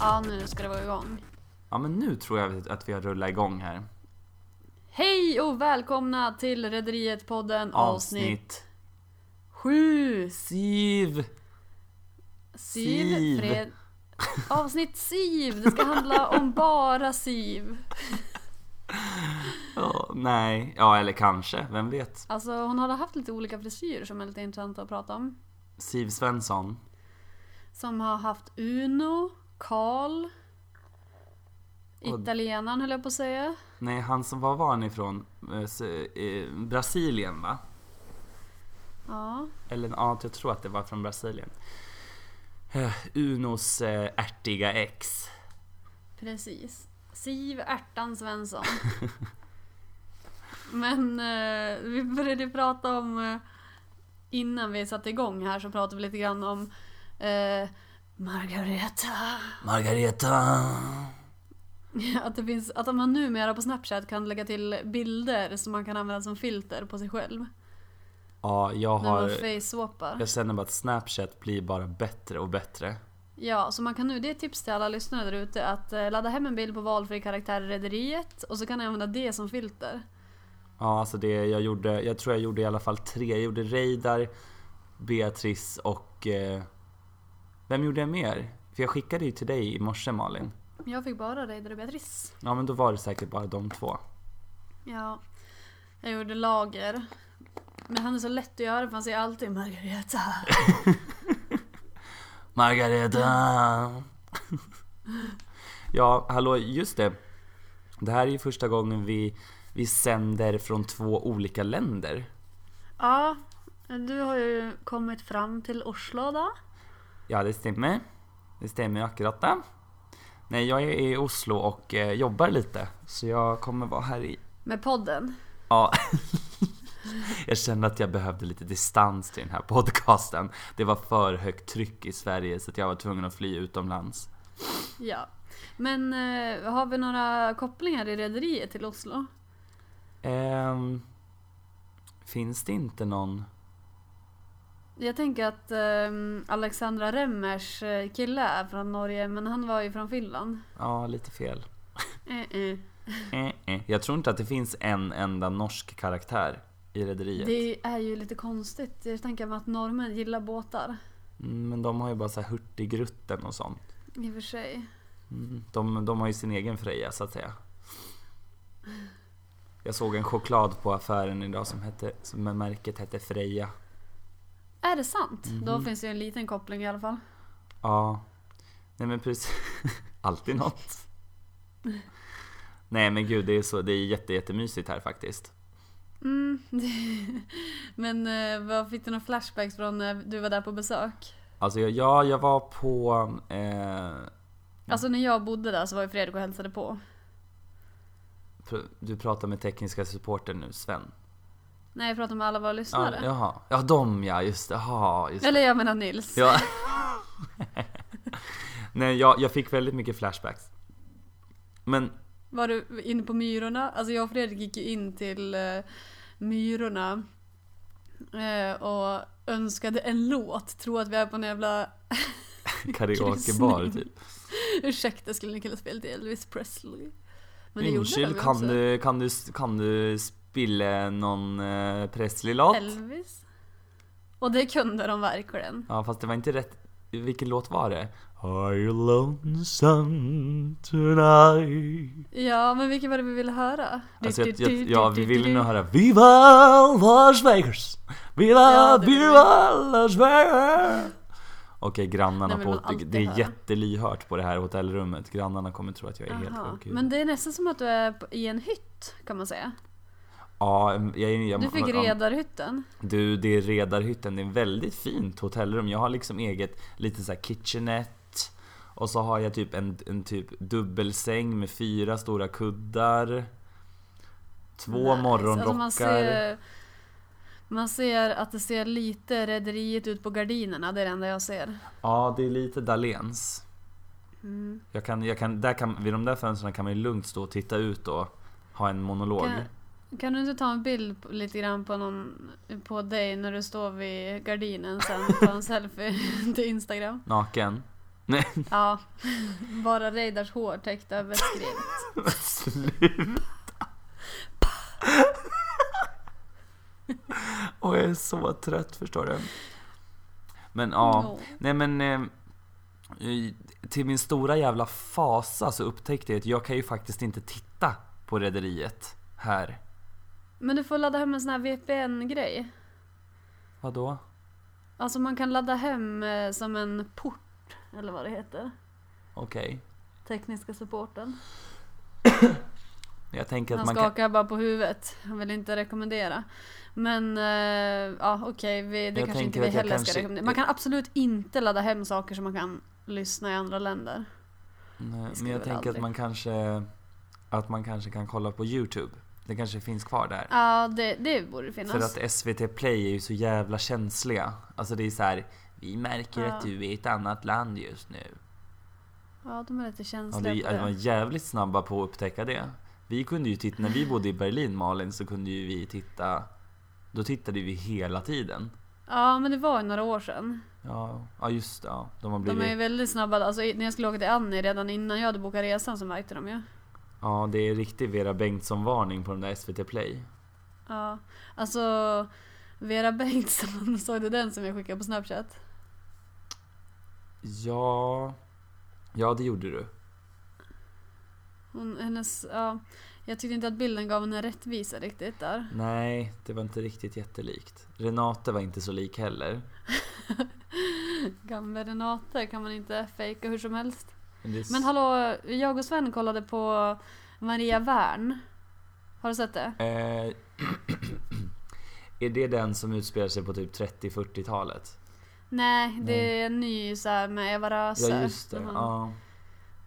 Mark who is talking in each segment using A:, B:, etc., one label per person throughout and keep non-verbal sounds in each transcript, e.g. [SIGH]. A: Ja, nu ska det vara igång.
B: Ja men nu tror jag att vi har rullat igång här.
A: Hej och välkomna till Rederiet-podden avsnitt 7.
B: Siv! Siv.
A: Siv. Fred... Avsnitt Siv. Det ska handla om bara Siv.
B: Ja, nej, ja eller kanske, vem vet.
A: Alltså hon har haft lite olika frisyrer som är lite intressanta att prata om.
B: Siv Svensson.
A: Som har haft Uno, Karl,
B: Och-
A: italienaren höll jag på att säga.
B: Nej, han som, var var han ifrån? Eh, s- eh, Brasilien va?
A: Ja,
B: Eller ja, jag tror att det var från Brasilien. Eh, Unos eh, ärtiga ex.
A: precis. Siv Ärtan Svensson. Men eh, vi började prata om, eh, innan vi satte igång här så pratade vi lite grann om eh, Margareta. [LAUGHS]
B: Margareta!
A: Att, det finns, att man numera på Snapchat kan lägga till bilder som man kan använda som filter på sig själv.
B: Ja, jag
A: När man
B: har...
A: face-swappar.
B: Jag känner bara att Snapchat blir bara bättre och bättre.
A: Ja, så man kan nu, det är ett tips till alla lyssnare där ute att eh, ladda hem en bild på valfri karaktär i Rederiet och så kan ni använda det som filter.
B: Ja, alltså det jag gjorde, jag tror jag gjorde i alla fall tre. Jag gjorde Reidar, Beatrice och... Eh, vem gjorde jag mer? För jag skickade ju till dig i morse Malin.
A: Jag fick bara Reidar och Beatrice.
B: Ja men då var det säkert bara de två.
A: Ja. Jag gjorde lager. Men han är så lätt att göra för han säger alltid Margareta.
B: Margareta! [LAUGHS] ja, hallå, just det. Det här är ju första gången vi, vi sänder från två olika länder.
A: Ja, du har ju kommit fram till Oslo då.
B: Ja, det stämmer. Det stämmer akkurat det. Nej, jag är i Oslo och eh, jobbar lite. Så jag kommer vara här i...
A: Med podden.
B: Ja. jag kände att jag behövde lite distans till den här podcasten. Det var för högt tryck i Sverige så att jag var tvungen att fly utomlands.
A: Ja. Men eh, har vi några kopplingar i Rederiet till Oslo?
B: Ehm, finns det inte någon...
A: Jag tänker att ehm, Alexandra Remmers eh, kille är från Norge men han var ju från Finland.
B: Ja, lite fel.
A: Eh, eh.
B: Eh, eh. Jag tror inte att det finns en enda norsk karaktär i Rederiet.
A: Det är ju lite konstigt. Jag tänker mig att norrmän gillar båtar.
B: Mm, Men de har ju bara så här Hurtigruten och sånt.
A: I och för sig.
B: Mm, De, de har ju sin egen Freja så att säga. Jag såg en choklad på affären idag som, hette, som med märket hette Freja.
A: Är det sant? Då finns det ju en liten koppling i alla fall.
B: Ja. Nej men precis. [LAUGHS] Alltid något. Nej men gud det är så, det är jätte, jättemysigt här faktiskt.
A: Mm. [LAUGHS] Men eh, vad fick du några flashbacks från när du var där på besök?
B: Alltså jag, ja, jag var på... Eh,
A: Alltså när jag bodde där så var ju Fredrik och hälsade på.
B: pr- du pratar med tekniska supporten nu, Sven.
A: Nej, jag pratar med alla våra
B: Ja,
A: lyssnare.
B: jaha. Ja de ja, just det. Jaha, just det.
A: Eller jag menar Nils.
B: Ja. [LAUGHS] Nej, jag, jag fick väldigt mycket flashbacks. Men
A: Var du inne på Myrorna? Alltså jag och Fredrik gick ju in till eh, Myrorna eh, och önskade en låt. Tror att vi är på en jävla... [LAUGHS]
B: karaokebar typ.
A: Ursäkta, skulle ni kunna spela till Elvis Presley? Men det gjorde väl vi
B: Unnskyld, kan
A: också.
B: du, kan, du, kan du spilla någon eh, Presley-låt?
A: Elvis. Och det kunde de verkligen.
B: Ja, fast det var inte rätt. Vilken låt var det? Are you lonesome tonight?
A: Ja, men vilken var det vi ville höra?
B: Alltså,
A: Du,
B: jag,
A: du,
B: jag,
A: du,
B: ja,
A: du,
B: vi
A: du,
B: ville
A: du.
B: nog höra Viva Las Vegas! Viva,
A: Ja, det vill
B: Viva Las Vegas! Okej, grannarna
A: Den vill man
B: på...
A: alltid
B: Det är
A: höra.
B: jättelyhört på det här hotellrummet. Grannarna kommer tro att jag är helt
A: Jaha.
B: sjuk i
A: Men det är nästan som att du är på- i en hytt kan man säga.
B: Ja, jag, jag, jag,
A: Du fick
B: ja.
A: redarhytten.
B: Du, det är Redarhytten. Det är ett väldigt fint hotellrum. Jag har liksom eget lite så här kitchenette. Och så har jag typ en, en typ dubbelsäng med fyra stora kuddar. Två
A: Nice.
B: morgonrockar.
A: Alltså, man, ser, man ser att det ser lite rederiet ut på gardinerna, det är det enda jag ser.
B: Ja, det är lite Dahléns.
A: Mm.
B: Jag kan, jag kan, där kan, vid de där fönstren kan man ju lugnt stå och titta ut och ha en monolog.
A: Kan, kan du inte ta en bild på- lite grann på, någon, på [LAUGHS] dig när du står vid gardinen sen och ta en selfie till Instagram?
B: Naken. Nej.
A: Ja. Bara Reidars hår täckt av ett skrin.
B: Sluta! Och jag är så trött förstår du. Men ja,
A: Jo.
B: nej men eh, i- till min stora jävla fasa så upptäckte jag att jag kan ju faktiskt inte titta på Rederiet här.
A: Men du får ladda hem en sån här VPN-grej.
B: Vadå?
A: Alltså man kan ladda hem eh, som en port, eller vad det heter.
B: Okej.
A: Tekniska supporten.
B: Jag tänker att
A: Han
B: man kan...
A: skakar bara på huvudet. Han vill inte rekommendera. Men eh, ja, okej, vi- det
B: Jag
A: kanske inte
B: tänker
A: vi
B: att jag
A: heller
B: kanske-
A: ska rekommendera. Man kan absolut inte ladda hem saker som man kan lyssna i andra länder.
B: Nej,
A: ska
B: men jag
A: väl
B: tänker att
A: aldrig.
B: man kanske... Att man kanske kan kolla på Youtube. Det kanske finns kvar där.
A: Ja, det, det borde finnas.
B: För att SVT Play är ju så jävla känsliga. Alltså det är så här. Vi märker
A: Ja.
B: att du är i ett annat land just nu.
A: Ja, de är lite
B: Ja,
A: känsliga
B: det, alltså,
A: på det.
B: de var jävligt snabba på att upptäcka det. Vi kunde ju titta, när vi bodde i Berlin Malin så kunde ju vi titta. Då tittade vi hela tiden.
A: Ja, men det var ju några år sedan.
B: Ja, ja just det. Ja, de har
A: De
B: blivit.
A: är ju väldigt snabba. Alltså, i- när jag skulle åka till Annie redan innan jag hade bokat resan så märkte de ju.
B: Ja, det är riktig Vera Bengtsson-varning på den där SVT Play.
A: Ja, alltså Vera Bengtsson, [LAUGHS] såg du den som jag skickade på Snapchat?
B: Ja, ja det gjorde du.
A: Hon, hennes, ja, jag tyckte inte att bilden gav henne rättvisa riktigt där.
B: Nej, det var inte riktigt jättelikt. Renate var inte så lik heller.
A: Gamla Renate kan man inte fejka hur som helst.
B: Men, det är s-
A: Men hallå, jag och Sven kollade på Maria Wern. Har du sett det?
B: Eh, [CLEARS THROAT] är det den som utspelar sig på typ 30-40-talet?
A: Nej, det
B: Nej.
A: är en ny så här med Eva Röse.
B: Ja just det.
A: Hon,
B: Ja.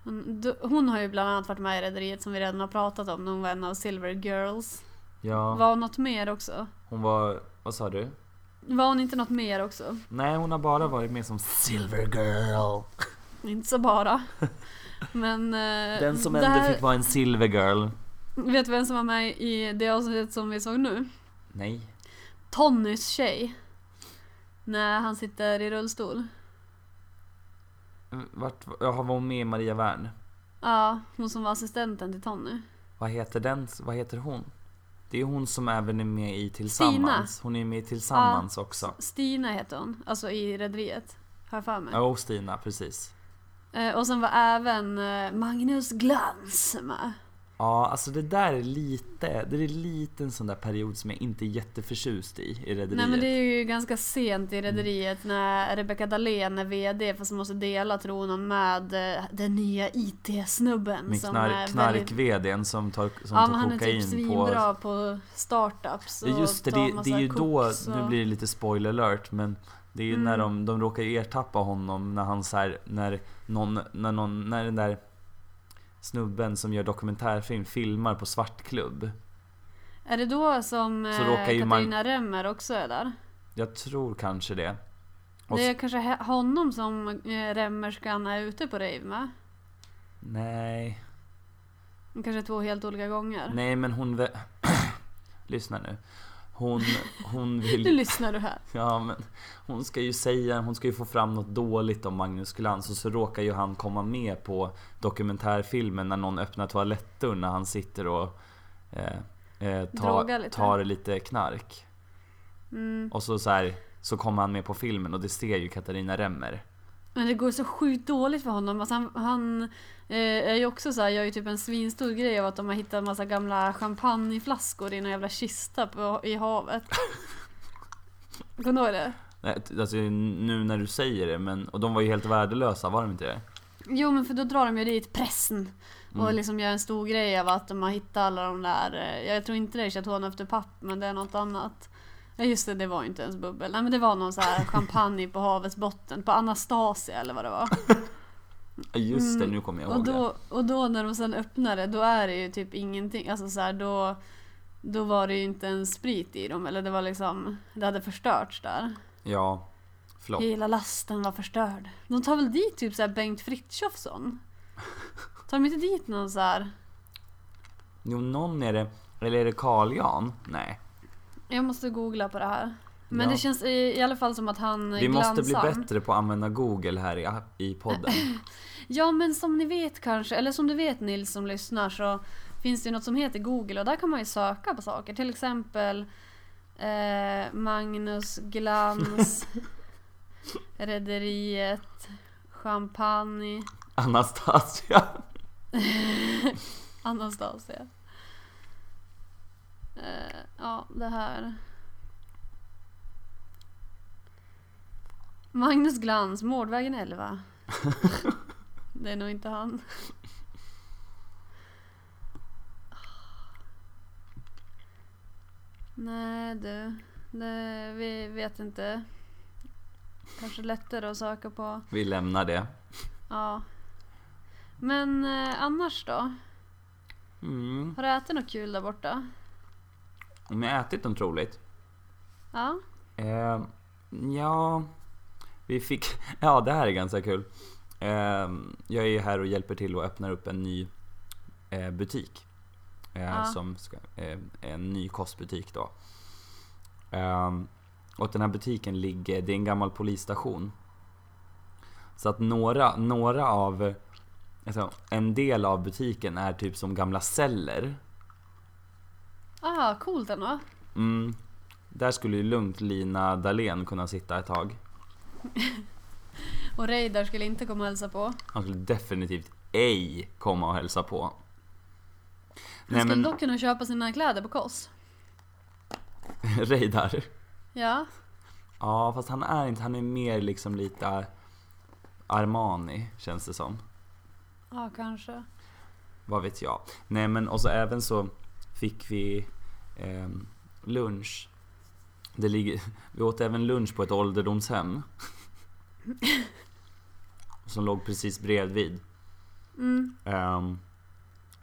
A: hon, d- hon har ju bland annat varit med i Rederiet som vi redan har pratat om. Hon var en av Silver Girls.
B: ja.
A: Var hon något mer också?
B: Hon var, vad sa du?
A: Var hon inte något mer också?
B: Nej hon har bara varit med som Silver Girl.
A: Inte så
B: [LAUGHS]
A: bara. Men... eh,
B: Den som
A: det
B: ändå
A: här-
B: fick vara en Silver Girl.
A: Vet du vem som var med i det avsnittet som vi såg nu?
B: Nej.
A: Tonnys tjej. När han sitter i rullstol.
B: Vart, jaha var hon med i Maria Wern?
A: Ja, hon som var assistenten till Tonny.
B: Vad heter den, vad heter hon? Det är hon som även är med i Tillsammans. Hon är med i Tillsammans också.
A: Stina heter hon, alltså i Rederiet. Har jag för mig.
B: Ja, och Stina, precis.
A: Eh, och sen var även eh, Magnus Glans med.
B: Ja, alltså det där är lite, det är lite en sån där period som jag inte är jätteförtjust i, i Rederiet. Mm.
A: Nej men det är ju ganska sent i Rederiet när Rebecca Dahlén är VD fast måste dela tronen med eh, den nya IT-snubben
B: Med
A: som är
B: knark,
A: väldigt...
B: knark-vdn som tar, som
A: Ja men
B: tar
A: han är typ
B: kokain på...
A: svinbra på startups och
B: Ja, Just det,
A: tar
B: det, det
A: massa
B: är ju då,
A: koks
B: nu
A: och- Mm.
B: blir det lite spoiler alert men det är ju när de, de råkar ju ertappa honom när han så här, när någon, när någon, när den där snubben som gör dokumentärfilm filmar på svartklubb.
A: Är det då som eh,
B: Så råkar ju
A: Katarina
B: Mag-
A: Remmer också är där?
B: Jag tror kanske det. Och
A: Det är
B: s-
A: kanske he- honom som eh, Remmerskan är ute på rave med?
B: Nej,
A: Kanske två helt olika gånger?
B: nej men hon... vä- [CLEARS THROAT] Lyssna nu. Hon, hon
A: [LAUGHS]
B: vill...
A: Nu lyssnar du här.
B: Ja men hon ska ju säga, hon ska ju få fram något dåligt om Magnus Glans och så råkar ju han komma med på dokumentärfilmen när någon öppnar toalettdörren när han sitter och eh, eh,
A: Drogar
B: tar,
A: lite.
B: tar lite knark.
A: Mm.
B: Och så så här, så kommer han med på filmen och det ser ju Katarina Remmer.
A: Men det går så sjukt dåligt för honom. Alltså han han eh, är ju också så här, gör ju typ en svinstor grej av att de har hittat en massa gamla champagneflaskor i någon jävla kista på, i
B: [LAUGHS]
A: havet. Kommer du ihåg det?
B: Nej, t- Alltså nu när du säger det men, och de var ju helt värdelösa var de inte det?
A: Jo men för då drar de ju dit pressen. Och
B: Mm.
A: liksom gör en stor grej av att de har hittat alla de där, eh, jag tror inte det är Chateau efter papp men det är något annat. Ja just det, det var ju inte ens bubbel. Nej men det var någon så här champagne på havets botten, på Anastasia eller vad det var.
B: Ja, Just det, nu kommer [LAUGHS] jag
A: Och
B: ihåg det.
A: då, och då när de sen öppnar det, då är det ju typ ingenting. Alltså så här, då, då var det ju inte ens sprit i dem. Eller det var liksom, det hade förstörts där.
B: Ja, flopp.
A: Hela lasten var förstörd. De tar väl dit typ så här Bengt Frithiofsson? Tar de inte dit någon så här?
B: Jo någon är det, eller är det Carl Jan? Nej.
A: Jag måste googla på det här. Men
B: Ja.
A: det känns i, i alla fall som att han
B: Vi
A: glansar.
B: måste bli bättre på att använda Google här i, app- i podden.
A: Ja men som ni vet kanske, eller som du vet Nils som lyssnar så finns det ju något som heter Google och där kan man ju söka på saker. Till exempel eh, Magnus
B: [LAUGHS]
A: Glans, Rederiet, Champagne,
B: Anastasia.
A: Anastasia. Eh, ja, det här. Magnus Glans, Mårdvägen 11. det är nog inte han. Nej du, det, vi vet inte. Kanske lättare att söka på.
B: Vi lämnar det.
A: Ja. Men eh, annars då?
B: Mm.
A: Har du ätit något kul där borta?
B: Om jag ätit något roligt?
A: Ja.
B: Eh, ja, vi fick... [LAUGHS] Ja, det här är ganska kul. Eh, jag är ju här och hjälper till och öppnar upp en ny eh, butik. Eh,
A: Ja.
B: som ska, eh, en ny kostbutik då. Eh, och den här butiken ligger... Det är en gammal polisstation. Så att några, några av... Alltså, en del av butiken är typ som gamla celler.
A: Ah, coolt ändå.
B: Mm. Där skulle ju lugnt Lina Dahlén kunna sitta ett tag.
A: Och Reidar skulle inte komma och hälsa på. Han
B: Han skulle definitivt ej komma och hälsa på. Nej
A: skulle
B: men
A: dock kunna köpa sina kläder på Koss.
B: [LAUGHS] Reidar.
A: Ja.
B: Ja fast han är inte, han är mer liksom lite Armani känns det som.
A: Ja, kanske.
B: Vad vet jag. Nej men och så även så fick vi ehm, lunch. Det ligger, [LAUGHS] vi åt även lunch på ett ålderdomshem. [LAUGHS] som låg precis bredvid.
A: Mm.
B: Ehm,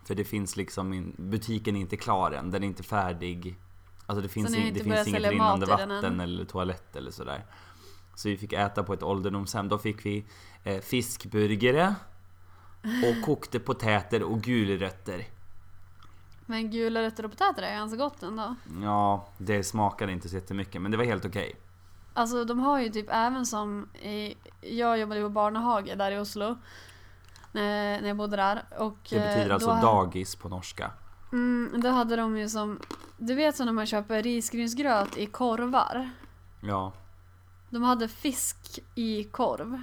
B: för det finns liksom, in, butiken är inte klar än, den är inte färdig. Alltså det
A: ni
B: finns,
A: har
B: in,
A: inte
B: det
A: börjat
B: finns inget
A: sälja mat
B: rinnande
A: i den
B: vatten
A: än?
B: eller toalett eller sådär. Så vi fick äta på ett ålderdomshem. Då fick vi eh, fiskburgare och kokte potäter och gulrötter.
A: Men gula rötter och potäter är ganska gott ändå.
B: Ja, det smakade inte så jättemycket men det var helt okej.
A: Alltså de har ju typ även som i, Jag jobbade ju på Barnehage där i Oslo. eh, När jag bodde där. Och,
B: Det betyder
A: eh,
B: alltså
A: då ha-
B: dagis på norska.
A: Mm, då hade de ju som... Du vet så när man köper risgrynsgröt i korvar.
B: Ja,
A: De hade fisk i
B: [LAUGHS]
A: korv.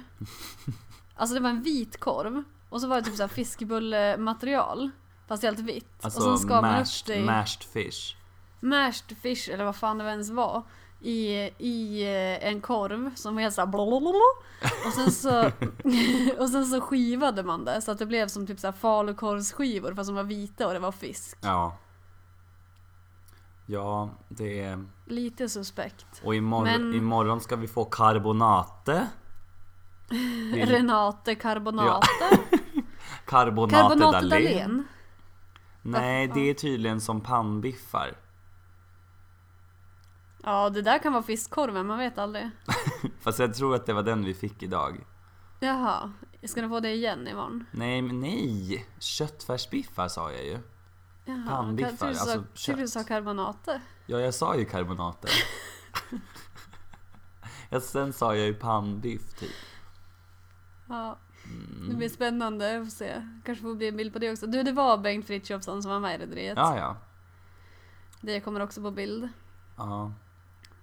A: Alltså det var en vit korv. Och så var det typ såhär fiskbullematerial. Fast helt vitt. och sen
B: alltså
A: skar man upp det i
B: mashed, mashed fish.
A: mashed fish, eller vad fan det ens var. I, i eh, en korv som var helt såhär blablabla. Och sen så [LAUGHS] Och sen så skivade man det så att det blev som typ såhär falukorvsskivor fast som var vita och det var fisk.
B: Ja. Ja, det är...
A: Lite suspekt.
B: Och imorgon,
A: Men-
B: imorgon ska vi få carbonate.
A: [LAUGHS]
B: Vi-
A: Renate Carbonate.
B: [LAUGHS] Carbonate,
A: Carbonate
B: Dahlén.
A: Dahlén.
B: Nej, det är tydligen som pannbiffar.
A: Ja det där kan vara fiskkorven, man vet aldrig.
B: Fast jag tror att det var den vi fick idag.
A: Jaha, ska du få det igen imorgon?
B: Nej, men nej! Köttfärsbiffar sa jag ju.
A: Jaha,
B: Pannbiffar,
A: kan- tycker du sa-
B: alltså
A: Tycker du
B: kött.
A: sa karbonater?
B: Ja, jag sa ju [LAUGHS] carbonater. ja, sen sa jag ju pannbiff typ.
A: Ja,
B: Mm.
A: det blir spännande, jag får se. Kanske får bli en bild på det också. Du, det var Bengt Frithiofsson som var med i Rederiet.
B: Ja, ja.
A: Det kommer också på bild.
B: ja.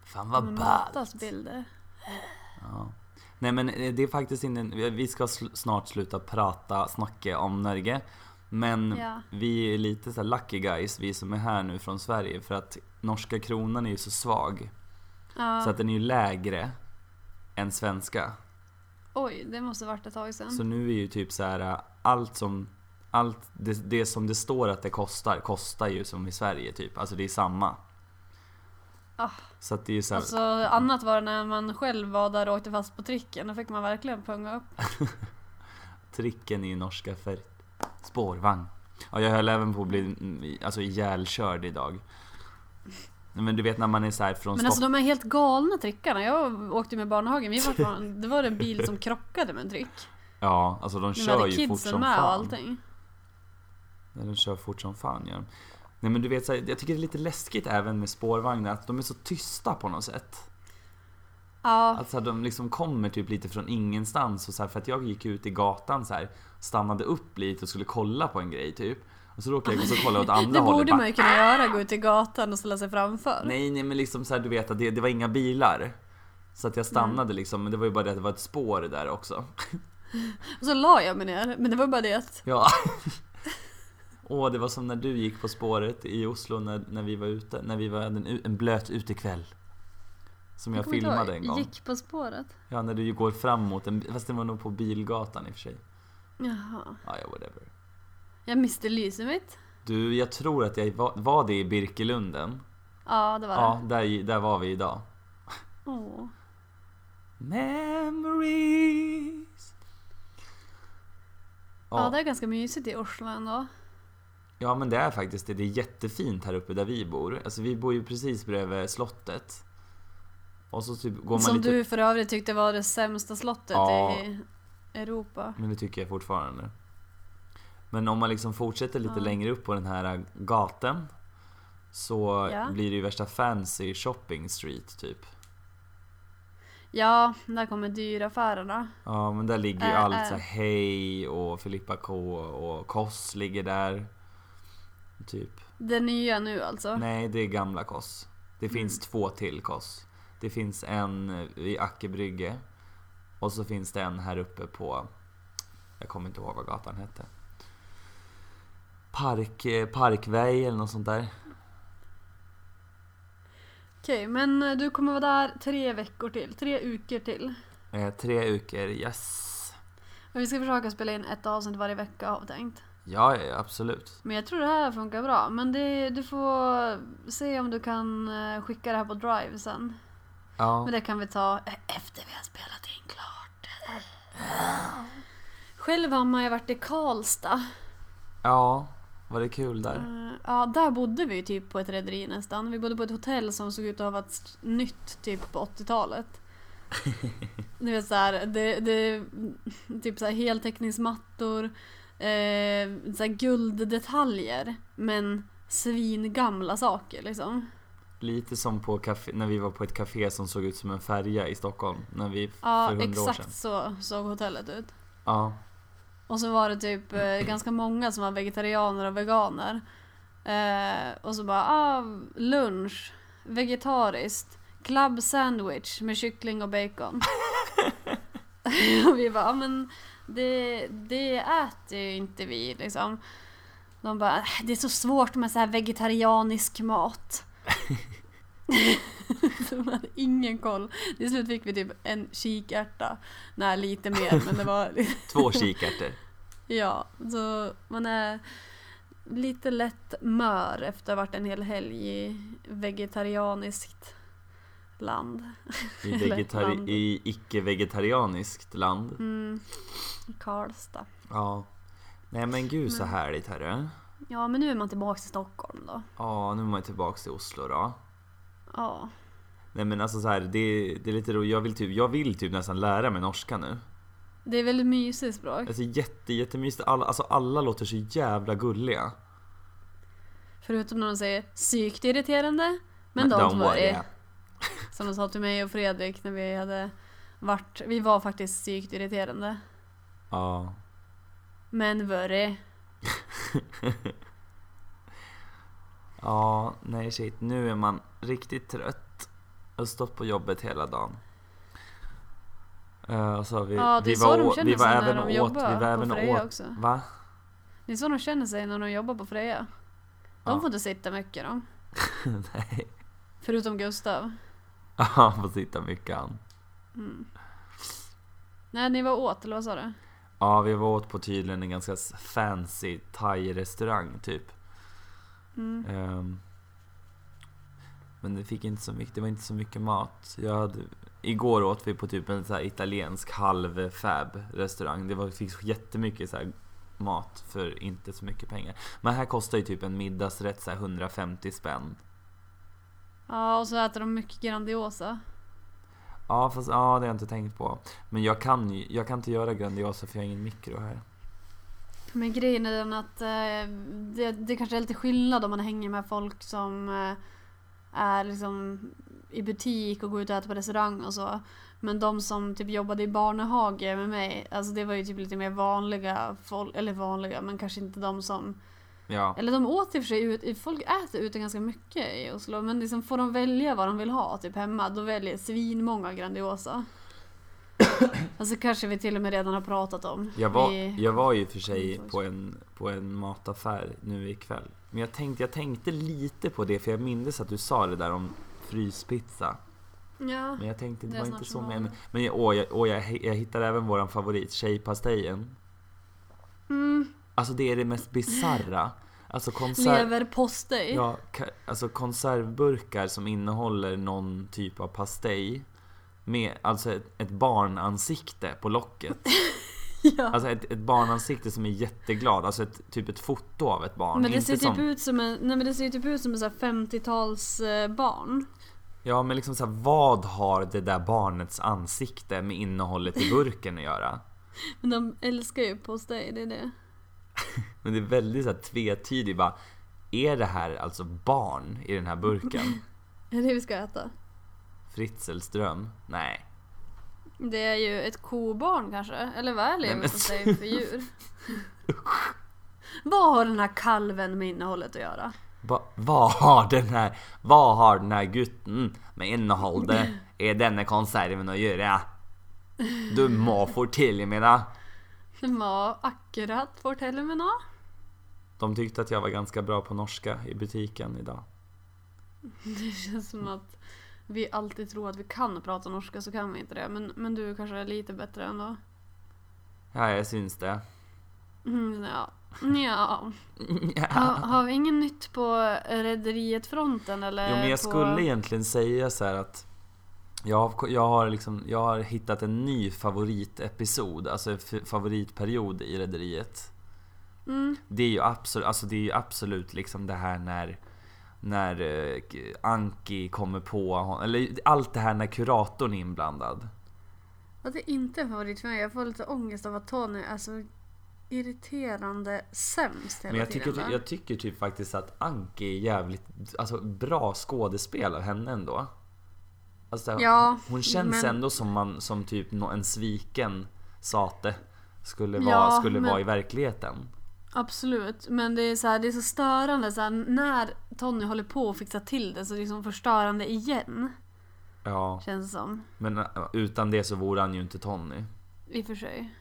B: Fan
A: Det
B: vad ballt.
A: matas bilder.
B: Ja. Nej men eh, det är faktiskt inte, vi ska sl- snart sluta prata, snacka om Norge. Men
A: Ja.
B: vi är lite så här lucky guys, vi som är här nu från Sverige. För att norska kronan är ju så svag.
A: Ja.
B: Så att den är ju lägre än svenska.
A: Oj, det måste varit ett tag sedan.
B: Så nu är ju typ så här eh, allt som, allt det, det som det står att det kostar, kostar ju som i Sverige typ. Alltså det är samma.
A: Ah.
B: Så att det är ju så här,
A: Alltså annat var det när man själv var där och åkte fast på tricken. Då fick man verkligen punga upp.
B: tricken är ju norska för spårvagn. Ja, jag höll även på att bli mm, alltså, ihjälkörd idag. Nej, Men du vet när man är så här från
A: Men alltså
B: Stockholm.
A: de är helt galna trickarna. Jag åkte med Barnehagen. Vi var fan, det var en bil som krockade med en trick.
B: Ja, alltså de
A: De
B: kör
A: hade
B: ju fort
A: kidsen
B: som
A: med och
B: fan.
A: allting.
B: Ja, de kör fort som fan gör de. Nej men du vet, så här, jag tycker det är lite läskigt även med spårvagnar, att de är så tysta på något sätt.
A: Ja,
B: Alltså de liksom kommer typ lite från ingenstans och så här, för att jag gick ut i gatan så här Stannade upp lite och skulle kolla på en grej typ Och så råkade jag gå och kolla åt
A: [LAUGHS]
B: andra
A: det
B: hållet
A: borde
B: bara,
A: man ju kunna göra, gå ut i gatan och ställa sig framför.
B: Nej nej men liksom så här, du vet att det, det var inga bilar Så att jag stannade liksom men det var ju bara det att det var ett spår där också
A: Och så la jag mig ner, men det var bara det att
B: Ja [LAUGHS] Åh det var som när du gick på spåret i Oslo när, när vi var ute, när vi var en, u- en blöt utekväll Som jag
A: kommer inte ihåg,
B: filmade en gång
A: Gick på spåret.
B: Ja när du går framåt, en, fast det var nog på bilgatan i och för sig
A: Jaha.
B: Ja ja whatever
A: Jag miste lyset mitt.
B: Du, jag tror att jag var, var det i Birkelunden.
A: Ja, det var det.
B: Ja, där, där var vi idag.
A: Åh.
B: Memories.
A: Ja,
B: Ja,
A: det är ganska mysigt i Oslo ändå.
B: ja, men det är faktiskt det. Det är jättefint här uppe där vi bor. Alltså vi bor ju precis bredvid slottet. Och så typ går man
A: Som
B: lite...
A: du för övrigt tyckte var det sämsta slottet
B: Ja.
A: i Europa.
B: Men det tycker jag fortfarande. Men om man liksom fortsätter lite
A: Ja.
B: längre upp på den här gatan. Så
A: Ja.
B: blir det ju värsta fancy shopping street typ.
A: Ja, där kommer dyraffärerna.
B: Ja men där ligger ju
A: Äh,
B: allt
A: äh.
B: så här Hej och Filippa K och Koss ligger där. Typ.
A: Det nya nu alltså.
B: Nej det är gamla Koss. Det finns
A: Mm.
B: två till Koss. Det finns en i Ackebrygge. Och så finns det en här uppe på, jag kommer inte ihåg vad gatan hette. Park, eh, Parkväg eller något sånt där.
A: Okej, men eh, du kommer vara där tre veckor till. Tre uker till.
B: Eh, tre uker, yes.
A: Men vi ska försöka spela in ett avsnitt varje vecka har vi tänkt.
B: Ja, ja, ja, absolut.
A: Men jag tror det här funkar bra. Men det, du får se om du kan eh, skicka det här på Drive sen.
B: Ja.
A: Men det kan vi ta eh, efter vi har spelat in klart. Själv har man ju varit i Karlstad.
B: ja, var det kul där?
A: Eh, Ja, där bodde vi ju typ på ett rederi nästan. Vi bodde på ett hotell som såg ut att ha varit s- nytt typ på 80-talet.
B: [LAUGHS]
A: Du vet såhär, det, det typ såhär heltäckningsmattor, eh, såhär gulddetaljer, men svingamla saker liksom.
B: Lite som på café, när vi var på ett café som såg ut som en färja i Stockholm. När vi,
A: Ja,
B: för hundra år sedan.
A: exakt så såg hotellet ut.
B: Ja,
A: Och så var det typ eh, ganska många som var vegetarianer och veganer. Eh, och så bara, ah, lunch, vegetariskt, club sandwich med kyckling och bacon. och vi bara, ah, men det, det äter ju inte vi liksom. De bara, "Ah, det är så svårt med så här vegetarianisk mat. [LAUGHS] så de hade ingen koll. Till slut fick vi typ en kikärta. Nej, lite mer, men det var [LAUGHS]
B: två kikärtor.
A: Ja, så man är lite lätt mör efter att ha varit en hel helg i vegetarianiskt land.
B: I,
A: Eller
B: vegetari-
A: land.
B: i icke-vegetarianiskt land.
A: Mm, Karlstad.
B: Ja. Nej men gud så
A: Men-
B: härligt hörru.
A: Ja, men nu är man tillbaka till Stockholm då.
B: Ja, nu är man tillbaks till Oslo då.
A: Ja.
B: Nej men alltså så här, det, det är lite roligt. Jag vill, typ, jag vill typ nästan lära mig norska nu.
A: Det är väldigt mysigt språk.
B: Alltså jätte, jättemysigt. Alla, alltså alla låter så jävla gulliga.
A: Förutom när de säger psykt irriterande. Men de
B: don't
A: som var
B: worry.
A: det. Som de sa till mig och Fredrik när vi hade varit. Vi var faktiskt psykt irriterande.
B: Ja.
A: Men worry.
B: Ja, nej shit. Nu är man riktigt trött och stått på jobbet hela dagen. Eh, och så har vi,
A: Ja, det
B: vi
A: är så de
B: å-
A: känner
B: vi var
A: sig när
B: även
A: de
B: åt, vi var
A: jobbar
B: även
A: på Freja
B: åt,
A: också.
B: va? [LAUGHS]
A: Det är så de känner sig när de jobbar på Freja. De
B: Ja.
A: får inte sitta mycket de.
B: [LAUGHS] nej.
A: Förutom Gustav.
B: Ja, får sitta mycket an.
A: Mm. Nej, ni var åt eller vad sa du?
B: Ja, vi var åt på tydligen en ganska s- fancy thai-restaurang typ.
A: Mm.
B: Ehm, men det fick inte så mycket, det var inte så mycket mat. Jag hade, igår åt vi på typ en så här italiensk halv-fab restaurang. Det var, fick jättemycket så här mat för inte så mycket pengar. Men här kostar ju typ en middagsrätt så här 150 spänn.
A: Ja, och så äter de mycket Grandiosa.
B: Ja, fast ja, det har jag inte tänkt på. Men jag kan, ju- jag kan inte göra Grandiosa för jag har ingen mikro här.
A: Men grejen är den att eh, det, det kanske är lite skillnad om man hänger med folk som eh, är liksom i butik och gå ut och äta på restaurang och så. Men de som typ jobbade i barnehage med mig, alltså det var ju typ lite mer vanliga folk, eller vanliga, men kanske inte de som...
B: Ja.
A: Eller de åt i och för sig ut, folk äter ute ganska mycket i Oslo, men liksom får de välja vad de vill ha typ hemma, då väljer svinmånga
B: [COUGHS]
A: Grandiosa. alltså kanske vi till och med redan har pratat om.
B: Jag var,
A: Vi-
B: jag var ju för sig
A: Mm,
B: på en, på en mataffär nu ikväll. Men jag tänkte, jag tänkte lite på det för jag minns att du sa det där om fryspizza.
A: Ja.
B: Men jag tänkte det,
A: Det är
B: var
A: snart
B: inte så
A: som
B: med.
A: vanligt.
B: Men jag, åh, jag, åh, jag, he- jag hittade även våran favorit, tjejpastejen.
A: Mm,
B: Alltså det är det mest bizarra. Alltså konserv...
A: leverpostej.
B: Ja, ka- alltså konservburkar som innehåller någon typ av pastej. Med alltså ett, ett barnansikte på locket.
A: [LAUGHS] Ja.
B: Alltså ett, ett barnansikte som är jätteglad, alltså ett, typ ett foto av ett barn.
A: Men det
B: Inte
A: ser
B: som,
A: typ ut som en, nej men det ser typ ut som en sån här 50-tals eh, barn.
B: Ja men liksom så här, vad har det där barnets ansikte med innehållet i burken att göra?
A: Men de älskar ju postej, det är det.
B: Men det är väldigt så här tvetydigt bara, är det här alltså barn i den
A: [LAUGHS]
B: här burken?
A: Det är det vi ska äta.
B: Fritzelsdröm? Nej.
A: Det är ju ett kobarn kanske, eller vad är
B: Nej, men-
A: leverpostej för djur? Vad har den här kalven med innehållet att göra?
B: Va, vad har den här, vad har den här gutten med innehållet i denna konserven att göra? Du må fortälla mig det.
A: Den var akkurat vårt helmena.
B: De tyckte att jag var ganska bra på norska i butiken idag.
A: Det känns som att vi alltid tror att vi kan prata norska så kan vi inte det. Men, men du kanske är lite bättre ändå.
B: Ja, jag syns
A: [LAUGHS]
B: det.
A: Mm, ja. ja. Ha, har vi ingen nytt på Rederiet Fronten eller?
B: Jo, men jag
A: på...
B: skulle egentligen säga så här att jag har, jag, har liksom, jag har hittat en ny favoritepisod, alltså en f- favoritperiod i Rederiet.
A: Mm,
B: Det är ju absolut, alltså det är ju absolut liksom det här när, när eh, Anki kommer på hon, eller allt det här när kuratorn är inblandad.
A: att det är inte en favorit för mig. Jag får lite ångest av att Tony är så irriterande sämst hela
B: Men jag
A: tiden.
B: tycker,
A: va?
B: jag tycker typ faktiskt att Anki är jävligt alltså, bra skådespel av henne ändå. Alltså,
A: Ja,
B: hon känns
A: men-
B: ändå som, man, som typ nå- en sviken sate skulle vara,
A: Ja,
B: skulle
A: men-
B: vara i verkligheten.
A: Absolut, men det är så, här, det är så störande så här, när Tony håller på att fixa till det så är det liksom förstörande igen.
B: Ja,
A: Känns det som.
B: men eh, utan det så vore han ju inte Tony.
A: I och för sig.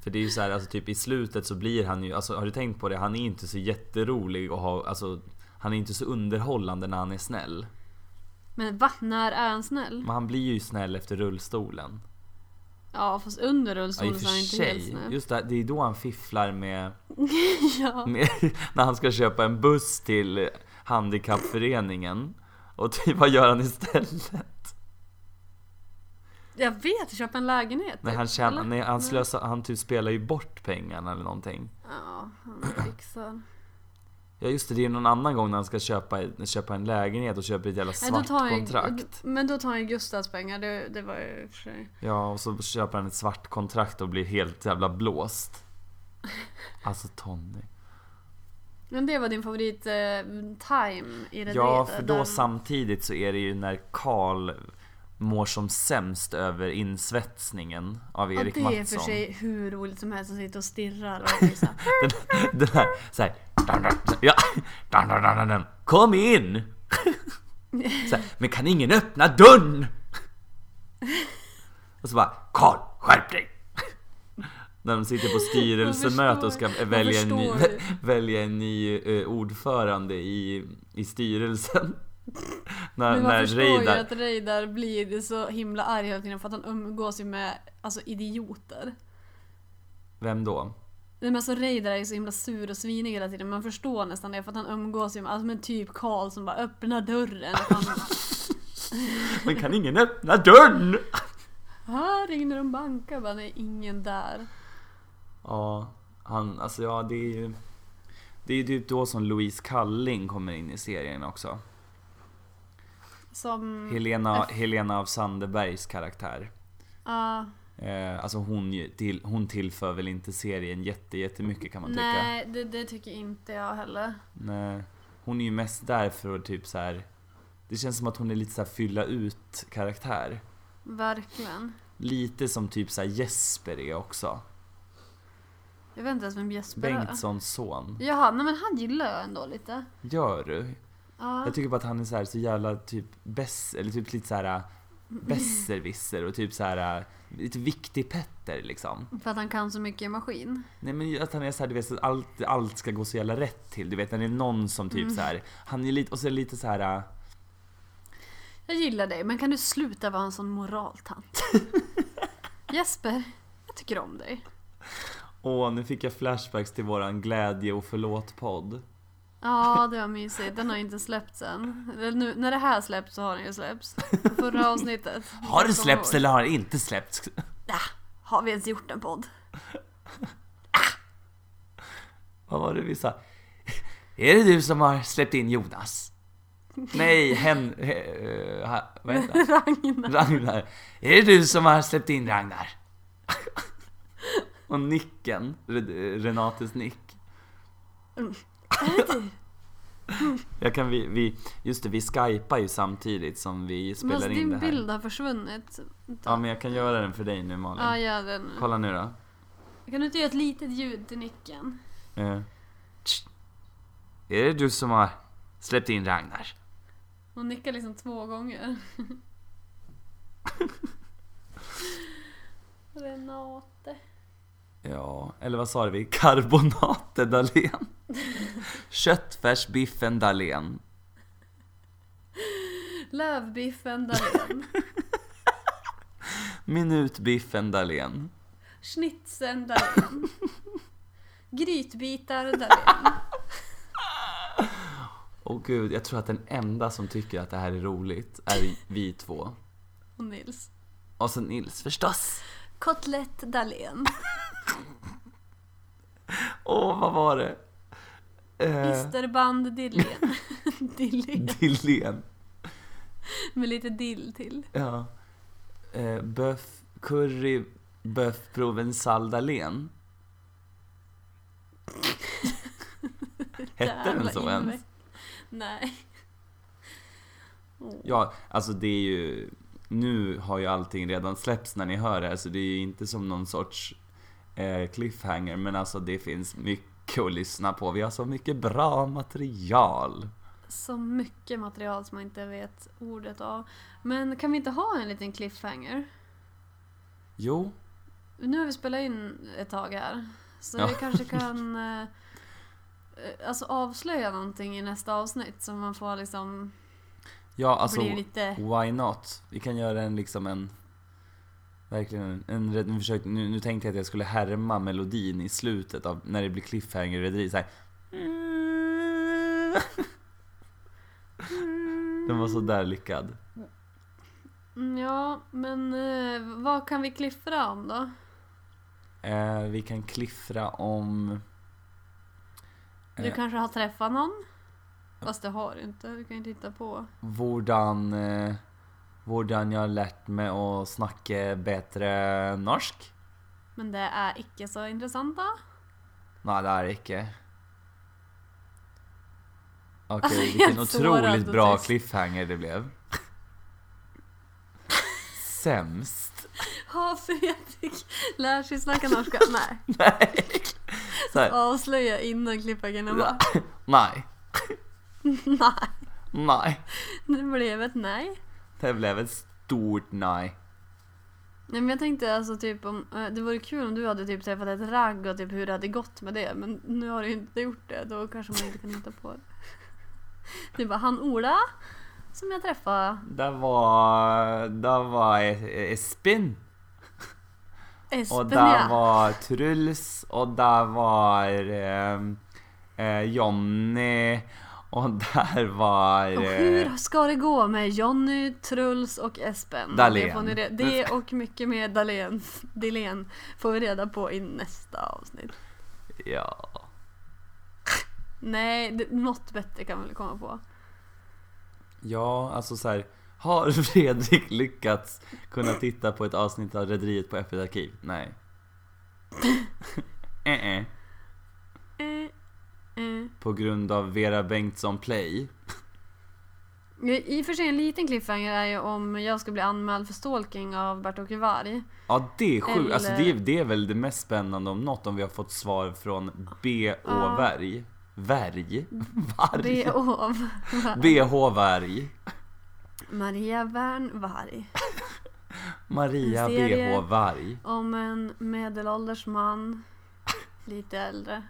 B: För det är ju så här, alltså typ i slutet så blir han ju, alltså har du tänkt på det? Han är ju inte så jätterolig och ha, alltså han är inte så underhållande när han är snäll.
A: Men va? När är han snäll?
B: Men han blir ju snäll efter rullstolen.
A: Ja fast under
B: Ja, i
A: rullstolen
B: och
A: så är han
B: för
A: inte helt
B: sig.
A: snäll.
B: Just det, här, det är då han fifflar med,
A: [LAUGHS] ja.
B: med [LAUGHS] när han ska köpa en buss till handikappföreningen. Och typ, vad gör han istället?
A: Jag vet, köpa en lägenhet.
B: Nej,
A: typ,
B: han, tjänar,
A: eller?
B: nej, han,
A: Nej.
B: slösar, han typ spelar ju bort pengarna eller någonting.
A: Ja, han är fixar.
B: Ja just det, det är någon annan gång när han ska köpa, köpa en lägenhet och köper ett jävla
A: Nej, då
B: svart
A: tar han ju-
B: kontrakt.
A: Men då tar han ju Gustavs pengar, det, det var ju i och för sig.
B: Ja, och så köper han ett svart kontrakt och blir helt
A: [LAUGHS]
B: jävla blåst. Alltså Tony.
A: Men det var din favorit eh, time i Rederiet?
B: Ja, för då
A: där-
B: samtidigt så är det ju när Karl mår som sämst över insvetsningen av
A: Ja,
B: Erik
A: det är i och för
B: Mattsson.
A: sig hur roligt som helst att sitta och stirrar och liksom.
B: [LAUGHS] Den, den här, så här, dun, dun, dun, ja, dun, dun, dun, dun, dun. Kom in! Så här, men kan ingen öppna dörren? Och så bara, Karl, skärp dig! När de sitter på styrelsemöte och ska
A: förstår- man
B: välja en, ny,
A: förstår ju.
B: välja en ny eh, ordförande i, i styrelsen. när,
A: Men man
B: när
A: förstår ju
B: Reidar,
A: att Reidar blir så himla arg hela tiden för att han umgås ju med alltså, idioter.
B: vem då?
A: Nej men alltså Reidar är ju så himla sur och svinig hela tiden. Man förstår nästan det för att han umgås ju med, alltså, med typ Karl som bara öppnar dörren. Han,
B: Men kan ingen öppna dörren?
A: här ringer de bankar bara, nej ingen där.
B: Ja, han, alltså ja det är ju Det är ju typ då som Louise Kalling kommer in i serien också
A: Som...
B: Helena, Helena av Sandebergs karaktär
A: ja,
B: eh, Alltså hon, ju till, hon tillför väl inte serien jätte, jättemycket kan man tycka
A: nej, det, det tycker inte jag heller.
B: Nej Hon är ju mest där för att typ så här Det känns som att hon är lite så här fylla ut karaktär.
A: Verkligen.
B: Lite som typ så här Jesper är också.
A: Jag vet inte ens vem Jesper är.
B: Bengtssons son.
A: Jaha, nej men han gillar jag ändå lite.
B: Gör du?
A: Ja.
B: Jag tycker bara att han är så, här, så jävla typ bäst, eller typ lite så här besserwisser och typ så här äh, lite viktig Petter liksom.
A: För att han kan så mycket i maskin.
B: Nej men ju att han är så här, du vet så att allt, allt ska gå så jävla rätt till. Du vet när det är någon som typ så här, han är lite, och så är det lite så här. äh,
A: Jag gillar dig, men kan du sluta vara en sån moraltant?
B: [LAUGHS]
A: Jesper, jag tycker om dig.
B: Åh, nu fick jag flashbacks till våran glädje och förlåt-podd.
A: Ja, det var mysigt. Den har ju inte släppts än. Eller Nu, när det här släpps så har den ju släppts.
B: [LAUGHS]
A: Förra avsnittet.
B: Har det
A: Jag kommer
B: släppts
A: ihåg.
B: eller har det inte släppts? [LAUGHS]
A: Har vi ens gjort en podd?
B: Vad var det vi sa? [LAUGHS] Är det du som har släppt in Jonas? Nej, hen... He, eh, ha, vad heter han?
A: [LAUGHS] Ragnar.
B: [LAUGHS] Ragnar. Är det du som har släppt in Ragnar? [LAUGHS] Och nicken, Re- Renates nick. [LAUGHS] Jag kan, vi, vi, just det, vi skypar ju samtidigt som vi
A: Men alltså,
B: spelar in det
A: din
B: här.
A: bild har försvunnit.
B: Ja, men jag kan göra den för dig nu
A: Ja,
B: Malin.
A: gör det nu.
B: Kolla nu då.
A: Kan du inte göra ett litet ljud till nicken?
B: Eh. Tsch. Är det du som har släppt in Ragnar?
A: Hon nickar liksom två gånger. Renate.
B: Ja, eller vad sa vi?
A: [LAUGHS]
B: Carbonate Dahlén. Köttfärsbiffen Dahlén.
A: Lövbiffen Dahlén.
B: Minutbiffen Dahlén.
A: Schnitzeln Dahlén. Grytbitar Dahlén.
B: Och gud, jag tror att den enda som tycker att det här är roligt är vi två.
A: Och Nils.
B: Och sen Nils förstås.
A: Kotlett Dahlén.
B: Åh, vad var det? Eh,
A: Isterband [LAUGHS] Dillén. Dillén.
B: Dahlén.
A: Med lite dill till.
B: Ja. Eh, böff, curry, böff provençal Dahlén. Hette den
A: Jävla
B: så
A: inveck-
B: ens?
A: Nej. Åh.
B: Ja, alltså det är ju... Nu har ju allting redan släppts när ni hör det här så det är ju inte som någon sorts eh, cliffhanger men alltså det finns mycket att lyssna på. Vi har så mycket bra material.
A: Så mycket material som man inte vet ordet av. Men kan vi inte ha en liten cliffhanger?
B: Jo,
A: Nu har vi spelat in ett tag här. Så
B: Ja.
A: vi
B: [LAUGHS]
A: kanske kan eh, eh, alltså avslöja någonting i nästa avsnitt så man får liksom
B: ja alltså
A: bli lite...
B: why not? Vi kan göra en liksom en... Verkligen en, en, red- nu, försökte, nu, nu tänkte jag att jag skulle härma melodin i slutet av när det blir cliffhanger rederi så här. Den var så där lyckad.
A: Mm, Ja, men eh, vad kan vi kliffra om då?
B: Eh, vi kan kliffra om...
A: Du
B: Eh.
A: kanske har träffat någon? Fast det har du inte, du kan ju titta på.
B: Hvordan eh, Hvordan jag har lärt mig att snacka bättre norsk?
A: Men det är icke så intressant [LAUGHS] då?
B: Nej, det är det inte. Okej,
A: Alltså,
B: vilken
A: helt sårad
B: otroligt
A: och
B: bra
A: tyst.
B: cliffhanger det blev. Sämst.
A: Har Fredrik lärt sig snacka norska?
B: [LAUGHS]
A: Nej.
B: Så här,
A: Avslöja innan cliffhangern var.
B: nej,
A: [LAUGHS] Nej.
B: nej.
A: Det blev ett nej.
B: Det blev ett stort nej.
A: Nej men jag tänkte alltså typ om, eh, det vore kul om du hade typ träffat ett ragg och typ hur det hade gått med det. Men nu har du ju inte gjort det, då kanske man inte kan hitta på det. Det var han Ola som jag träffade.
B: Det var... Det var Espen. Och
A: Espen
B: där
A: ja.
B: var Truls och där var ehm, eh, Jonny och där var...
A: Och
B: eh,
A: hur ska det gå med Jonny, Truls och Espen?
B: Dahlén.
A: Det, får ni re- det och mycket mer Dahlén, Dahlén får vi reda på i nästa avsnitt.
B: Ja.
A: Nej, det, något bättre kan vi väl komma på.
B: ja, alltså så här. Har [LAUGHS] Fredrik lyckats kunna titta på ett avsnitt av Rederiet på Öppet Arkiv? Nej. [LAUGHS] Eh, eh.
A: Eh, eh.
B: På grund av Vera Bengtsson Play.
A: I och för sig en liten cliffhanger är ju om jag ska bli anmäld för stalking av Bert-Åke Varg.
B: Ja det är sjukt,
A: Eller-
B: alltså det, är- det är väl det mest spännande om något om vi har fått svar från B.Å.
A: Ja.
B: Värg. Värg? Varg?
A: Det är av
B: B.H. Värg.
A: [LAUGHS] Maria Wern Varg.
B: Maria
A: En serie.
B: B.H. Varg.
A: Om en medelålders man. Lite äldre.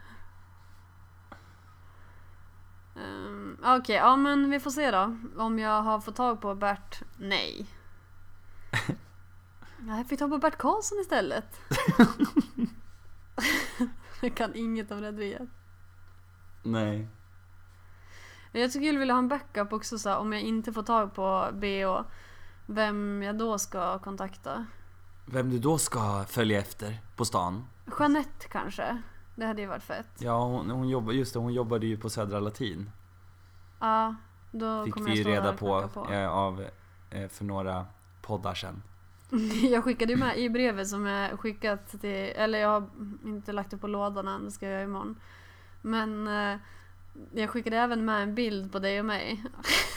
A: Um, Okej, ja men vi får se då. Om jag har fått tag på Bert. [LAUGHS] Nej. Jag fick tag på Bert Karlsson [LAUGHS] istället. jag kan inget om Rederiet.
B: Nej.
A: Men Jag skulle vilja ha en backup också så här, om jag inte får tag på BO. Vem jag då ska kontakta.
B: Vem du då ska följa efter på stan?
A: Jeanette kanske. Det hade ju varit fett.
B: Ja hon, hon jobbar, just det hon jobbade ju på Södra Latin.
A: Ja, då
B: Fick
A: kommer
B: vi
A: jag
B: ju
A: stå där
B: reda
A: och
B: på,
A: knacka på.
B: Eh, av, eh, för några poddar sen.
A: [LAUGHS] Jag skickade ju med i brevet som jag skickat till, eller jag har inte lagt det på lådan än, det ska jag göra imorgon. Men eh, jag skickade även med en bild på dig och mig.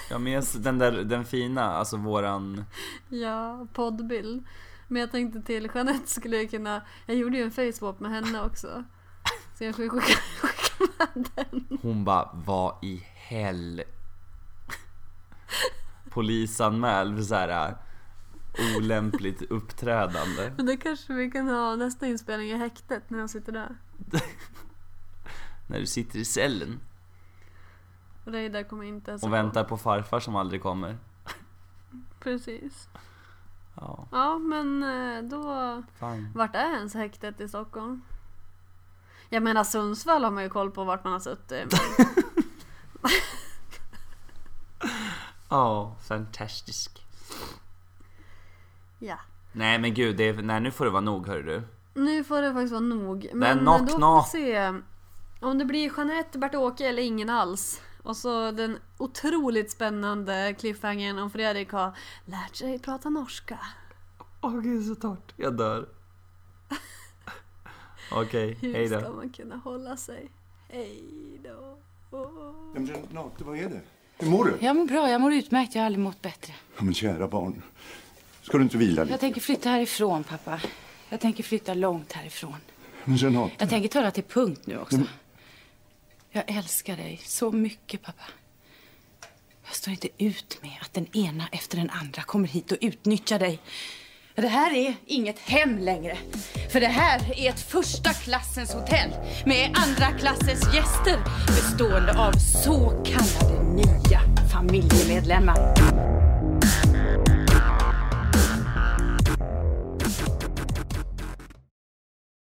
B: Ja men jag, s- den där, den fina, alltså våran...
A: Ja, poddbild. Men jag tänkte till Jeanette skulle jag kunna, jag gjorde ju en Facebook med henne också. Så jag skulle skicka, skicka med den.
B: Hon bara, vad i hell... [LAUGHS] Polisanmäld för såhär olämpligt uppträdande.
A: Men det kanske vi kan ha nästa inspelning i häktet när jag sitter där.
B: När du sitter i cellen
A: Och det där kommer inte ens
B: och väntar på farfar som aldrig kommer.
A: Precis.
B: Ja,
A: Ja, men eh, då
B: fan.
A: Vart är ens häktet i Stockholm? Jag menar Sundsvall har man ju koll på vart man har suttit.
B: [LAUGHS] Ja, fantastisk.
A: ja.
B: Nej men gud, det är, nej, nu får det vara nog hörru du.
A: Nu får det faktiskt vara nog. Men eh,
B: knock,
A: då får
B: knock.
A: vi se om det blir Jeanette, Bert-Åke eller ingen alls. Och så den otroligt spännande cliffhangern om Fredrik har lärt sig prata norska.
B: Åh gud, så torrt. Jag dör. [LAUGHS] Okej,
A: Hur
B: hej då.
A: ska man kunna hålla sig? Hej då.
C: Ja, men Renate, vad är det? Hur mår du?
D: Jag mår bra, jag mår utmärkt. Jag har aldrig mått bättre.
C: Ja, men kära barn, ska du inte vila
D: Jag
C: lite?
D: tänker flytta härifrån, pappa. Jag tänker flytta långt härifrån.
C: Men Renate,
D: Jag tänker ta det till punkt nu också. Jag älskar dig så mycket, pappa. Jag står inte ut med att den ena efter den andra kommer hit och utnyttjar dig. Det här är inget hem längre. För det här är ett första klassens hotell med andra klassens gäster bestående av så kallade nya familjemedlemmar.